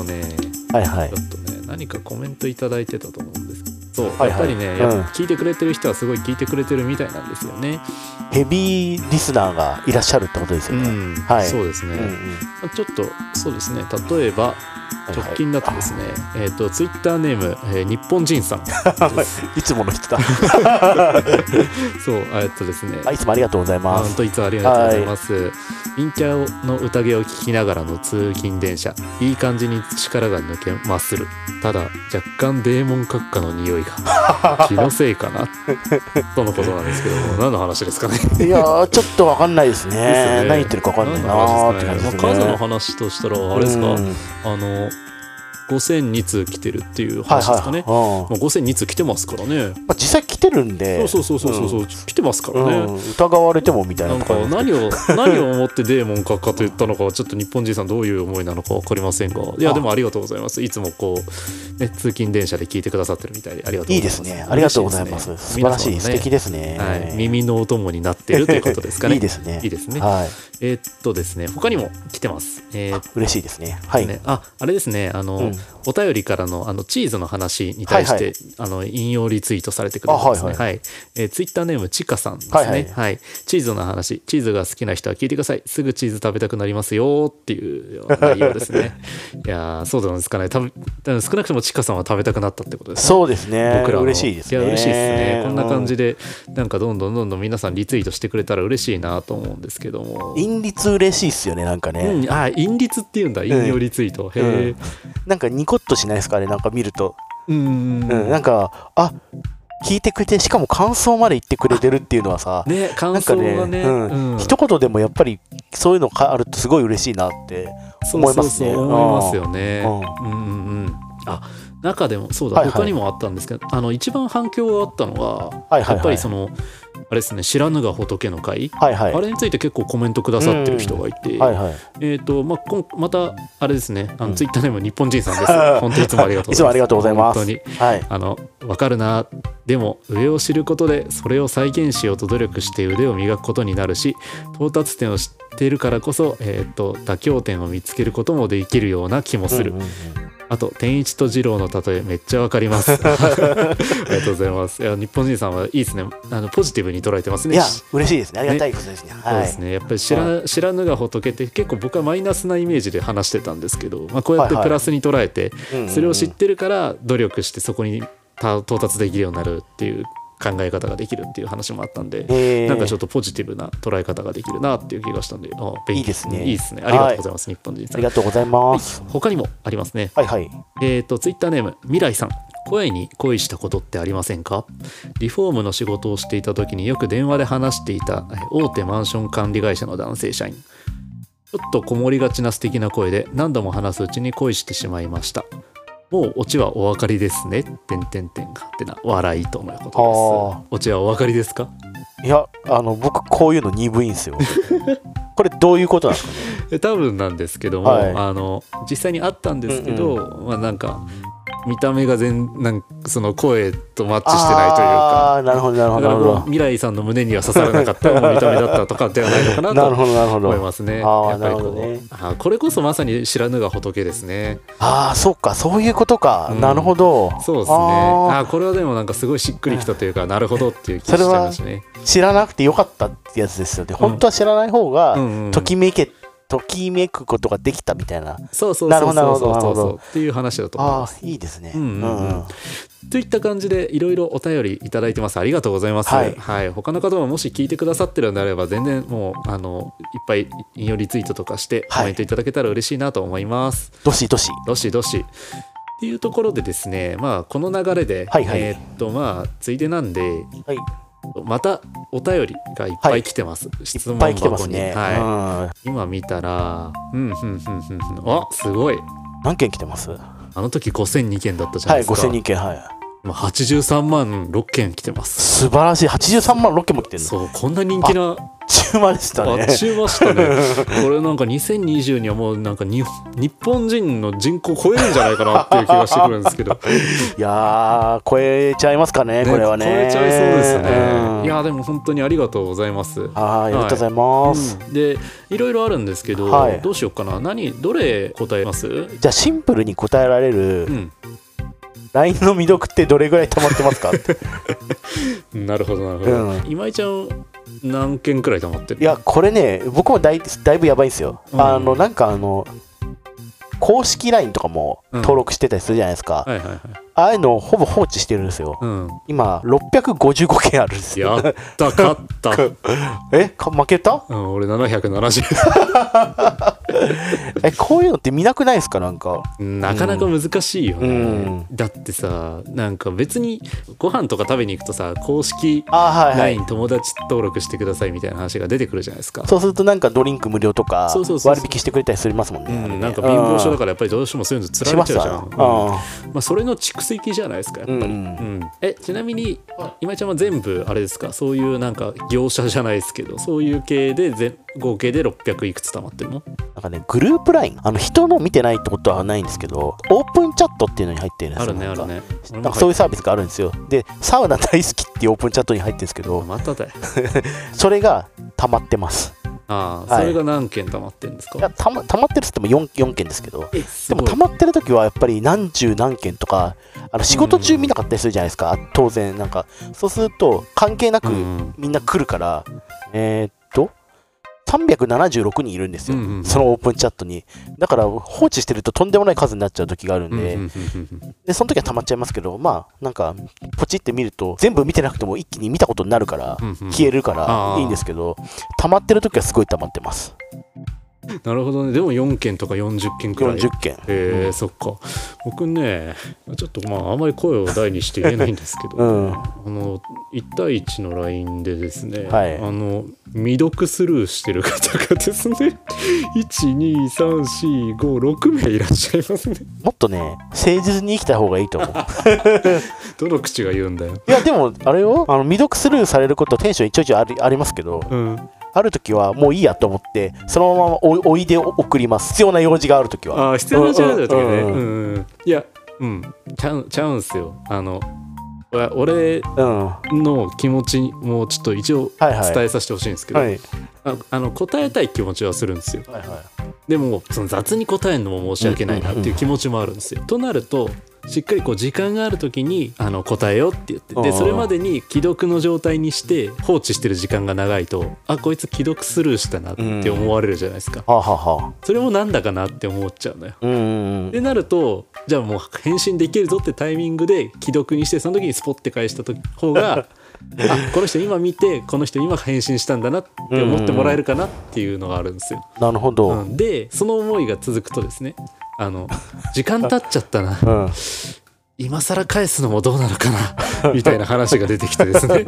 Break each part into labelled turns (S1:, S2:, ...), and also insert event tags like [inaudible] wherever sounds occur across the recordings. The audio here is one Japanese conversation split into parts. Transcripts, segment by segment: S1: はいはい
S2: ちょっとね何かコメントいただいてたと思うんですけどそう、
S1: はいはい
S2: やっぱりね、
S1: うん
S2: やっぱ聞いてくれてる人はすごい聞いてくれてるみたいなんですよね。
S1: ヘビーリスナーがいらっしゃるってことですよね、
S2: ん
S1: はい
S2: そうですね、
S1: うんうん
S2: まあちょっとそうですね例えば
S1: はいはい
S2: 直近だとですね、えっ、とツイッターネーム、えー日本人さん
S1: いつもの人だ
S2: そうえっとですね
S1: あいつもありがとうござい
S2: あ
S1: ま
S2: [laughs] 本
S1: す
S2: 当いつもありがとうございます。陰キャの宴を聞きながらの通勤電車。いい感じに力が抜けまする。ただ、若干デーモン閣下の匂いが。
S1: [laughs]
S2: 気のせいかな。とのことなんですけども、何の話ですかね。
S1: いやーちょっとわかんないですね
S2: ですね
S1: 何言ってるかわかんないなーって感じですね
S2: 何の話ですかねまあ数の話としたら、あれですか、
S1: うん
S2: あの、5002通来てるっていう
S1: はい
S2: 話ですか
S1: はい、
S2: ね。
S1: うん
S2: まあ5002通来てますからね。
S1: まあ、実際来てるんで
S2: そうそうそうそうそう、来てますからね。
S1: うん、疑われてもみたい
S2: な
S1: なんと
S2: か
S1: ころ
S2: 何を何を思ってデーモン閣下と言ったのかはちょっと日本人さんどういう思いなのか分かりませんがいや
S1: あ
S2: でもありがとうございますいつもこう、ね、通勤電車で聞いてくださってるみたいでありがとうございます
S1: いいですねありがとうございます
S2: 嬉
S1: 素晴らしい、
S2: 皆
S1: 素
S2: 様のね
S1: 敵ですね、
S2: はい、耳のお供になっているということですかね
S1: [laughs] いいですね
S2: いいですね
S1: はい
S2: えーっとですね他にも来てますえーっ
S1: 嬉しいですねはい、
S2: とねああれですねあの、
S1: うん
S2: お便りからのあのチーズの話に対して、
S1: はいは
S2: あの引用リツイートされてくれてますね。は
S1: あ
S2: い、
S1: はい
S2: は
S1: はい
S2: えーツイッターネームちかさんですね。
S1: は
S2: はいい、
S1: はい
S2: チーズの話、チーズが好きな人は聞いてください。すぐチーズ食べたくなりますよっていうような内容です
S1: [laughs]
S2: ね。いやーそうなんですかね。多分多分少なくともちかさんは食べたくなったってことですね。
S1: そうですね
S2: 僕らの
S1: 嬉しいですね
S2: いや嬉しいですねこんな感じ
S1: で、
S2: でなんかどんどんどんどん皆さんリツイートしてくれたら嬉しいなと思うんですけども
S1: うん、韻律嬉しいっすよねなんかね、
S2: うん、あ引率っていうんだ引用リツイート、
S1: うん
S2: へえ
S1: なんかニコッとしないですかねなんか見ると、
S2: うん
S1: うんなんかあ聞いてくれてしかも感想まで言ってくれてるっていうのはさ、
S2: ね
S1: な
S2: 感
S1: んか
S2: 想
S1: ね
S2: がね
S1: うん
S2: うん
S1: 一言でもやっぱりそういうのがあるとすごい嬉しいなって思います
S2: そ
S1: ね
S2: うそうそう思いますよね。
S1: う
S2: うんうんうん。あ中でもそうだ、
S1: はいはい
S2: 他にもあったんですけどあの一番反響があったのが、
S1: はいはいはい
S2: やっぱりそのあれですね知らぬが仏の会、
S1: はいはい
S2: あれについて結構コメントくださってる人がいて、
S1: はいはい
S2: えっ、とまあこんまたあれですねあの、
S1: うん
S2: ツイッターネーム日本人さん
S1: [laughs]
S2: です本当にいつもありがとうございます。
S1: いつもありがとうございます
S2: 本当に
S1: はい
S2: あの分かるなでも上を知ることでそれを再現しようと努力して腕を磨くことになるし到達点を知っているからこそ、えー、と妥協点を見つけることもできるような気もする、
S1: うんうんうん
S2: あと天一と二郎の例えめっちゃ分かります
S1: [laughs]
S2: ありがとうございますいや日本人さんはいいですねあのポジティブに捉えてますね
S1: いや
S2: し
S1: 嬉しいですねありがたいことですね
S2: そう
S1: は
S2: で
S1: い
S2: すねやっぱり知ら,、知らぬが仏って結構僕はマイナスなイメージで話してたんですけど、まあ、こうやって
S1: はいはい
S2: プラスに捉えて、
S1: うんうんうん
S2: それを知ってるから努力してそこにた到達できるようになるっていう考え方ができるっていう話もあったんで、
S1: えー
S2: なんかちょっとポジティブな捉え方ができるなっていう気がしたんであ勉強
S1: いいですね
S2: いいですねありがとうございます、日本人
S1: あ
S2: さ
S1: り
S2: ん
S1: がとうございます
S2: 他にもありますね
S1: はいはい
S2: えっ、と、ツイッターネーム、未来さん。声に恋したことってありませんかリフォームの仕事をしていた時によく電話で話していたえ大手マンション管理会社の男性社員。ちょっとこもりがちな素敵な声で何度も話すうちに恋してしまいました。もうオチはお分かりですね。てんてんてんがってな笑いとのことです。
S1: あ
S2: オチはお分かりですか
S1: いやあの僕こういうの鈍いんです
S2: [laughs]
S1: よこれどういうことなんですか
S2: え多分なんですけども、
S1: はい
S2: あの実際にあったんですけど、まあなんか見た目が全なんかその声とマッチしてないというか
S1: ああーなるほどなるほ
S2: だ
S1: ど
S2: から
S1: なる
S2: こう
S1: ほど
S2: 未来さんの胸には刺さらなかった見た目だったとかではないのかな
S1: なる
S2: と
S1: ほどなるほ
S2: 思い
S1: ど
S2: ますね。
S1: あー
S2: やっぱりこう
S1: なるほどね
S2: あーこれこそまさに知らぬが仏ですね。
S1: ああそうかそういうことか、
S2: うん
S1: なるほど
S2: そうですね。あ
S1: あ
S2: あーこれはでもなんかすごいしっくりきたというかなるほどっていう気がし
S1: そ
S2: ち
S1: れ
S2: ゃい
S1: は
S2: ましたね。
S1: ー知らなくてよかったってやつですよね本当は知らない方が、
S2: うんうんうん
S1: ときめけときめくことができたみたいな
S2: そうそう
S1: な
S2: そ
S1: る
S2: う
S1: ほ
S2: そ
S1: ど
S2: うそう
S1: なる
S2: そ
S1: ほ
S2: う
S1: ど
S2: そうっていう話だと思い
S1: あ
S2: ま
S1: あ
S2: す。
S1: いいですね、
S2: うんうんうん
S1: うん
S2: といった感じでいろいろお便りいただいてますありがとうございます、
S1: はい
S2: 他の方ももし聞いてくださってるのであれば全然もうあのいっぱい引用リツイートとかして
S1: はい
S2: コメントいただけたら嬉しいなと思います、
S1: どしどし
S2: どしどしっていうところでですねまあこの流れで、
S1: はいはい
S2: えーっとまあついでなんで
S1: はい
S2: またお便りがいっぱい来てます、質
S1: い
S2: 問
S1: っぱい来てま
S2: 箱
S1: す
S2: に、
S1: ね、
S2: はい
S1: うん
S2: 今見たらうんうんうんうんうんあすごい
S1: 何件来てます
S2: あの時5002件だったじゃな
S1: はいい
S2: ですか、
S1: 5000人件はい
S2: まあ83万6件来てます
S1: 素晴らしい83万6件も来てるの
S2: そうこんな人気な
S1: までした
S2: あ
S1: ね
S2: っ。ちましたね。これなんか2020にはもうなんか日本日本人の人口超えるんじゃないかなっていう気がしてくるんですけど。
S1: いやー、超えちゃいますかね、これはね。
S2: 超えちゃいそうですね。
S1: うん
S2: いやでも本当にありがとうございます。
S1: はい、ありがとうございます。
S2: うんでいろいろあるんですけど、
S1: はい
S2: どうしようかな何どれ答えますう
S1: じゃあシンプルに答えられる
S2: ん
S1: LINE の未読ってどれぐらい溜まってま
S2: [laughs]
S1: すかい
S2: なるほどなるほど、
S1: うん
S2: 今井ちゃん何件くらい溜まってる
S1: やこれね僕もだいだいぶやばいんですよ、
S2: うん
S1: あのなんかあの公式 LINE とかも登録してたりするじゃないです
S2: は
S1: か、
S2: いはいはい
S1: ああいうのをほぼ放置してるんですよ、
S2: うん
S1: 今655件あるんです
S2: や
S1: よ
S2: った勝った、
S1: [laughs] えか負けた
S2: うん、俺770
S1: えこういうのって見なくないですかなんか
S2: [laughs] なかなか難しいよね、
S1: うん
S2: だってさなんか別にご飯とか食べに行くとさ公式
S1: あはいはい
S2: LINE 友達登録してくださいみたいな話が出てくるじゃないですか、
S1: そうするとなんかドリンク無料とか
S2: そうそうそうそう
S1: 割引してくれたりしますもんね、
S2: う
S1: あれね
S2: ん、なんか貧乏症だからやっぱりどうしてもそういうのつら
S1: し
S2: れ
S1: ま
S2: ち
S1: し
S2: ゃう
S1: た
S2: じゃん、
S1: うん
S2: うんまあ、それの蓄積じゃないですかやっぱり、
S1: うん
S2: うんえちなみに今井ちゃんは全部あれですかそういうなんか業者じゃないですけどそういう系で全合計で600いくつ溜まってるの
S1: なんかね、グループ LINE、あの人の見てないってことはないんですけど、オープンチャットっていうのに入ってるんです
S2: あ
S1: よ。
S2: るね
S1: な
S2: あ
S1: んか
S2: るね
S1: なんかそういうサービスがあるんですよ。で、サウナ大好きっていうオープンチャットに入ってるんですけど、
S2: まただよ
S1: それが溜まってます。
S2: ああ
S1: はい
S2: それが何件溜まってるんですか、
S1: いや溜ま溜まってるっつっても 4, 4件ですけど、
S2: え
S1: ですも
S2: ごい
S1: 溜まってる時はやっぱり何十何件とか、あの仕事中見なかったりするじゃないですか、当然。なんか、そうすると関係なく
S2: うん
S1: みんな来るから、えーっと、376人いるんですよ、
S2: うんうん
S1: そのオープンチャットに。だから放置してるととんでもない数になっちゃう時があるん
S2: うんうん
S1: で、
S2: うんうん
S1: でその時は溜まっちゃいますけど、まあ、なんか、ポチって見ると、全部見てなくても一気に見たことになるから、
S2: うんうん
S1: 消えるか
S2: あ
S1: ら
S2: ー
S1: いいんですけど、溜まってる時はすごい溜まってます。
S2: なるほどねでも4件とか40件くらい
S1: 40件。
S2: えーそっか僕ねちょっとまああんまり声を大にして言えないんですけど、
S1: うん。
S2: あの1対1の LINE でですね、
S1: はい
S2: あの未読スルーしてる方がですね12345名いらっしゃいますね [laughs]
S1: もっとね、誠実に生きた方がいいと思う。
S2: どの口が言うんだよ、
S1: いや、でも、あれよ、あの未読スルーされること、テンション一応一応ありありますけど、
S2: うん、
S1: ある時はもういいやと思って、そのままおおいで送ります。必要な用事がある時は。
S2: ああ必要な情報だったね
S1: う
S2: うんん
S1: う
S2: うんいやうんちゃうちゃうんすよあのわ俺
S1: うん。は
S2: の気持ちもちょっと一応
S1: いはい。
S2: 伝えさせてほしいんですけど、
S1: はい。
S2: ああの答えたい気持ちはするんですよ
S1: はいはい
S2: でもその雑に答えるのも申し訳ないなっていう気持ちもあるんですよ。となるとしっかりこう時間がある時にあの答えようって言って
S1: あ
S2: で
S1: あ
S2: それまでに既読の状態にして放置してる時間が長いとあこいつ既読スルーしたなって思われるじゃないですか、
S1: はあ、はあはあ、
S2: それもなんだかなって思っちゃうのよ。
S1: うんうんう
S2: で
S1: ん。
S2: なるとじゃあもう返信できるぞってタイミングで既読にしてその時にスポッて返した時方 [laughs] があこの人今見てこの人今返信したんだなって思ってもらえるかなっていうのがあるんですよ。
S1: なるほ
S2: う
S1: ど。
S2: ん、でその思いが続くとですねあの時間経っちゃったな [laughs]
S1: うん。
S2: 今更返すのもどうなのかな [laughs] みたいな話が出てきてです
S1: [laughs]
S2: ね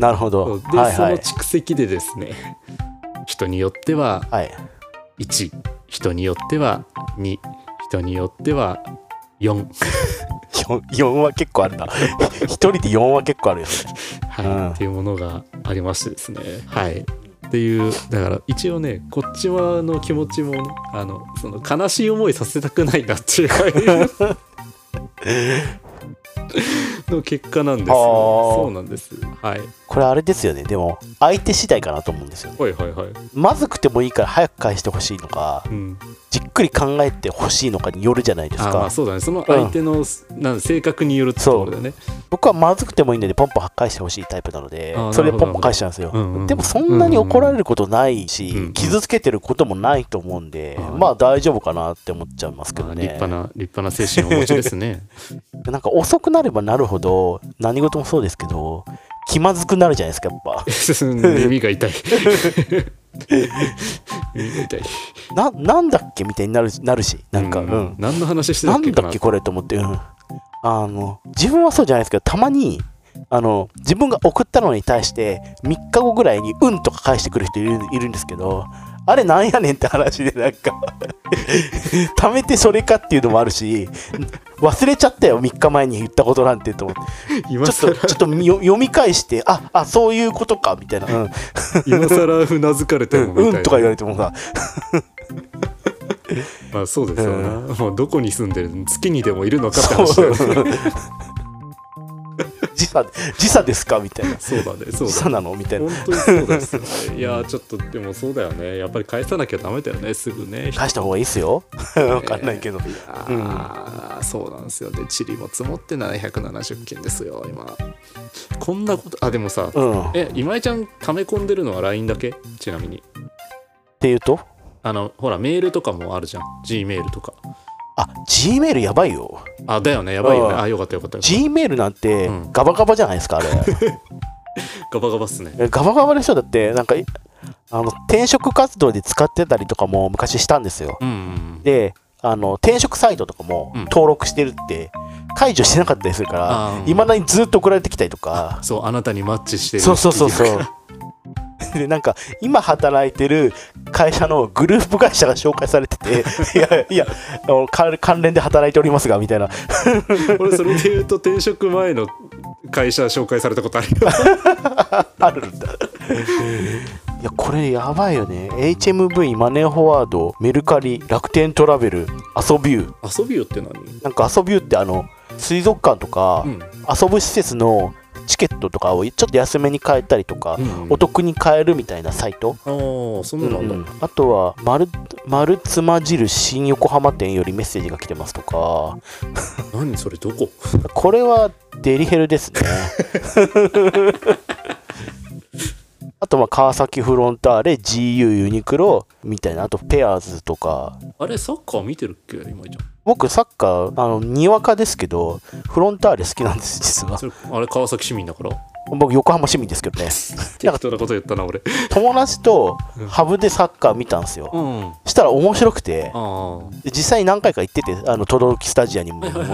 S1: なるほ
S2: そ
S1: ど。
S2: うで、
S1: はい
S2: そ
S1: は
S2: の
S1: い。
S2: 蓄積でですね人によっては
S1: はい。
S2: 1人によっては2人によっては4
S1: 4, は結構あるな。 [laughs] 一人で4は結構あるよね。
S2: はい、
S1: うん
S2: っていうものがありましてですねはいっていうだから一応ねこっち側の気持ちもねあのその悲しい思いさせたくないなっていう
S1: [laughs]
S2: の結果なんですよ
S1: あー
S2: そうなんですはい
S1: これあれですよね。でも、相手次第かなと思うんですよ。
S2: はいはいはい
S1: まずくてもいいから早く返してほしいのか、
S2: うん
S1: じっくり考えてほしいのかによるじゃないです
S2: あーま
S1: か
S2: あ。そうだねその相手の、なん性格によるってところだよね
S1: 僕はまずくてもいいので、ポンポン返してほしいタイプなので
S2: あー、
S1: それ
S2: なるほ
S1: で
S2: ど
S1: ポンポン返しちゃうんですよ。
S2: うんうん
S1: でも、そんなに怒られることないし、
S2: うんうん
S1: 傷つけてることもないと思うんで、
S2: はい
S1: まあ大丈夫かなって思っちゃいますけ
S2: ま
S1: ど
S2: あ
S1: ね。
S2: 立派な立派な精神をお持ちです
S1: [laughs]
S2: ね [laughs]
S1: なんか遅くなればなるほど何事もそうですけど気まずくなるじゃないですかやっぱ
S2: 耳が
S1: [laughs]
S2: 痛い耳が痛い
S1: ななんだっけみたいになるなるしなんか、うん
S2: 何の話してた
S1: な
S2: っけ
S1: ん
S2: か
S1: だ
S2: な
S1: っけこれと思って、うん、あの自分はそうじゃないですけどたまにあの自分が送ったのに対して3日後ぐらいに「うん」とか返してくる人いるいるんですけどあれ [laughs] なんやねんって話でなんか貯めてそれかっていうのもあるし忘れちゃったよ3日前に言ったことなんてと思って
S2: 今
S1: ちょ
S2: 更
S1: っとちょっとみよ読み返してああそういうことかみたいな、
S2: [laughs]
S1: うん
S2: 今更うなずかれて
S1: う
S2: もみ
S1: ん
S2: たいな、
S1: うんとか言われてもさ
S2: まあそうですよね、
S1: う
S2: もうどこに住んでるの月にでもいるのかって
S1: そう [laughs]
S2: 話だよね
S1: 時差時差ですかみたいな
S2: そうだねそう
S1: 時
S2: だ
S1: 差なのみたいな
S2: 本当にそうですよねいやーちょっとでもそうだよねやっぱり返さなきゃダメだよねすぐね
S1: 返した方がいいっすよわかんないけど、
S2: あーそうなんですよでチリも積もって770件ですよ今こんなことあでもさ、
S1: うんっ
S2: え今井ちゃん溜め込んでるのは LINE だけちなみに
S1: ていうと
S2: あのほらメールとかもあるじゃん G メールとか
S1: あ G メールやばいよ
S2: あだよねやばいよね
S1: あー
S2: あよかったよかったよかっ
S1: G メールなんて
S2: うん
S1: ガバガバじゃないですかあれ
S2: たガバガバっすね
S1: えガバガバの人だってなんかいあの転職活動で使ってたりとかも昔したんですよ
S2: うんうん
S1: であの転職サイトとかも
S2: うん
S1: 登録してるって解除してなかったりするから
S2: あー
S1: いま、未だにずっと送られてきたりとか
S2: そうあなたにマッチしてる
S1: そうそうそう
S2: 企業
S1: そう [laughs] でなんか今働いてる会社のグループ会社が紹介されてていやいやあの関関連で働いておりますがみたいな [laughs]
S2: 俺それで言うと転職前の会社紹介されたことあるよ
S1: あるんだ。いや、これやばいよね。HMV、マネーフォワード、メルカリ、楽天トラベル、遊び湯。
S2: [laughs] 遊びよって何
S1: なんか遊び湯ってあの、水族館とか、
S2: うん
S1: 遊ぶ施設のチケットとかをちょっと安めに買えたりとか、
S2: うん
S1: お得に買えるみたいなサイト。
S2: ああそんなのあんだ、
S1: うんあとは丸「丸つまじる新横浜店よりメッセージが来てます」とか
S2: 何それどこ
S1: これはデリヘ
S2: [laughs]
S1: ルですねあとまあ川崎フロンターレ GU ユニクロみたいなあとペアーズとか
S2: あれサッカー見てるっけ今井ちゃ
S1: 僕サッカーあのにわかですけどフロンターレ好きなんです実
S2: ん
S1: は
S2: それあれ川崎市民だから
S1: 僕横浜市民です
S2: [laughs]
S1: けどね
S2: 適当なこと言ったな俺
S1: 友達と
S2: うん
S1: ハブでサッカー見たんです
S2: う
S1: よ
S2: んあ
S1: したら面白くて
S2: あ
S1: で実際に何回か行っててあの轟スタジアムにも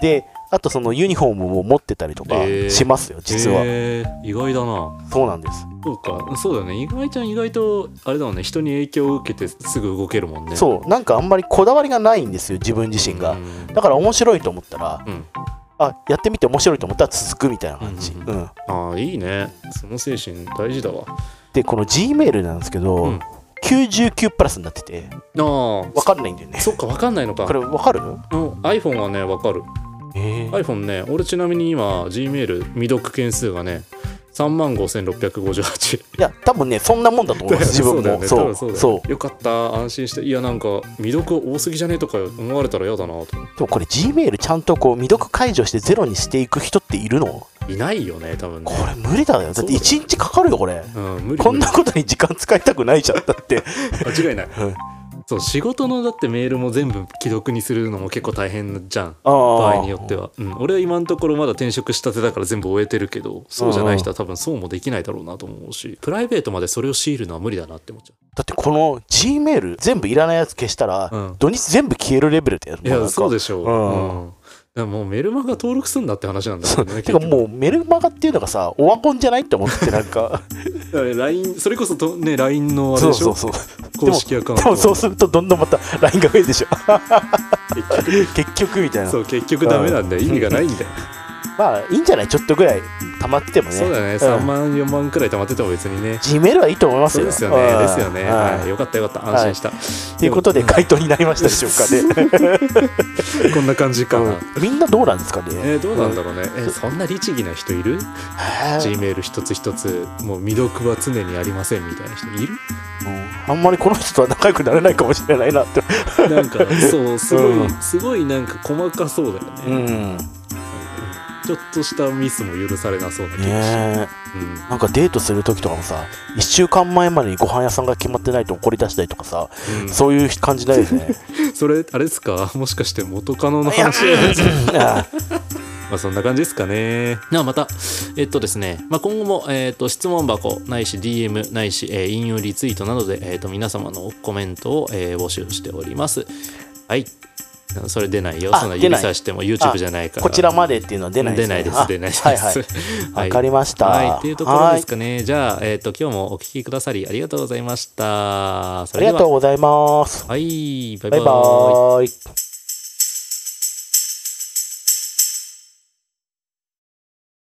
S1: であとそのユニフォームも持ってたりとか
S2: えー
S1: しますよ、実は、
S2: へー意外だな
S1: そうなんです、
S2: そうかそうだよね今井ちゃん意外とあれだもんね人に影響を受けてすぐ動けるもんねう
S1: そうなんかあんまりこだわりがないんですよ自分自身が、
S2: ん
S1: だから面白いと思ったら
S2: うん
S1: あやってみて面白いと思ったら続くみたいな感じ、
S2: う
S1: うんん
S2: うんああいいねその精神大事だわ
S1: でこの G メールなんですけど、
S2: うん
S1: 99プラスになってて
S2: あー
S1: 分かんないんだよね
S2: そっか分かんないのか
S1: これ分かる
S2: うん iPhone はね分かる
S1: えー
S2: iPhone ね俺ちなみに今 Gmail 未読件数がね3万5658
S1: いや多分ねそんなもんだと思います自分も
S2: [laughs] そうだよ
S1: そ
S2: ね多分そうだよ
S1: う
S2: ね
S1: そう
S2: よかった安心していやなんか未読多すぎじゃねえとか思われたら嫌だなと
S1: でもこれ G メールちゃんとこう未読解除してゼロにしていく人っているの
S2: いないよね多分ね
S1: これ無理だよだって1日かかるよこれ
S2: うん無理
S1: こんなことに時間使いたくないじゃんだって
S2: 無理間違いない
S1: [laughs] うん
S2: そう仕事のだってメールも全部既読にするのも結構大変じゃん [laughs] 場
S1: 場
S2: 合によっては、うん、俺は今のところまだ転職したてだから全部終えてるけどそうじゃない人は多分そうもできないだろうなと思うしプライベートまでそれを強いるのは無理だなって思っちゃ
S1: だってこの G メール全部いらないやつ消したら、
S2: うん
S1: 土日全部消えるレベルだよ
S2: ういやそう
S1: で
S2: でしょう、
S1: うん
S2: うんでももうメルマガ登録すんだって話なんだけどね
S1: てか
S2: 結局
S1: もうメルマガっていうのがさオワコンじゃないって思ってなんか
S2: だから LINE それこそとね LINE の [laughs] あれ
S1: そ
S2: で
S1: う
S2: し
S1: そ
S2: ょ
S1: うそう
S2: 公式アカウン
S1: で
S2: ト
S1: もそうするとどんどんまた LINE が増えるでしょ
S2: [laughs]
S1: 結局みたいな
S2: そう結局ダメなんだよ意味がないんだ
S1: [laughs]
S2: よ、
S1: まあいいんじゃないちょっとぐらい溜まってもね
S2: そうだね
S1: ん
S2: 3万4万くらい溜まってても別にね
S1: G メールはいいと思います
S2: そう
S1: よ
S2: ですよね
S1: うん
S2: ですよね、
S1: うん
S2: はい、よかったよかった安心した、
S1: ということで回答になりましたでしょうかね、
S2: こんな感じかな、
S1: うんみんなどうなんですかね、
S2: えーどうなんだろうね、えーそんな律儀な人いる
S1: はい
S2: G メール一つ一つもう未読は常にありませんみたいな人
S1: [laughs]
S2: いる
S1: うんあんまりこの人とは仲良くなれないかもしれないなって
S2: なんかそうすごい、
S1: うん
S2: すごいなんか細かそうだよね、
S1: んね
S2: ちょっとしたミスも許されなそうな気がし
S1: え
S2: うん
S1: なんかデートする時とかもさ1週間前までにご飯屋さんが決まってないと怒り出したりとかさ、
S2: うん
S1: そういう感じだよ
S2: [laughs]
S1: ね
S2: それあれですか [laughs] もしかして元カノの
S1: いや
S2: 話
S1: あ
S2: まあそんな感じですかね。なあまた、えっとですね、まあ、今後も、えっと質問箱ないし DM ないし、えー引用リツイートなどで、えっと皆様のコメントを、えー募集しております。はい。それ出ないよ。
S1: あ
S2: そんな
S1: 出
S2: 指
S1: ない
S2: さしても YouTube じゃないから。
S1: こちらまでっていうのは出ない
S2: 出
S1: です、
S2: な
S1: ね、
S2: いです。
S1: あ
S2: 出ないです。
S1: はいはい
S2: は
S1: わかりました
S2: はい。っていうところ
S1: はい
S2: ですかね。じゃあ、えっと今日もお聞きくださりありがとうございました。そ
S1: あ
S2: れで
S1: りが
S2: は
S1: とうございます
S2: はい。バイ
S1: バ
S2: バ
S1: イ
S2: イ。
S1: バーイ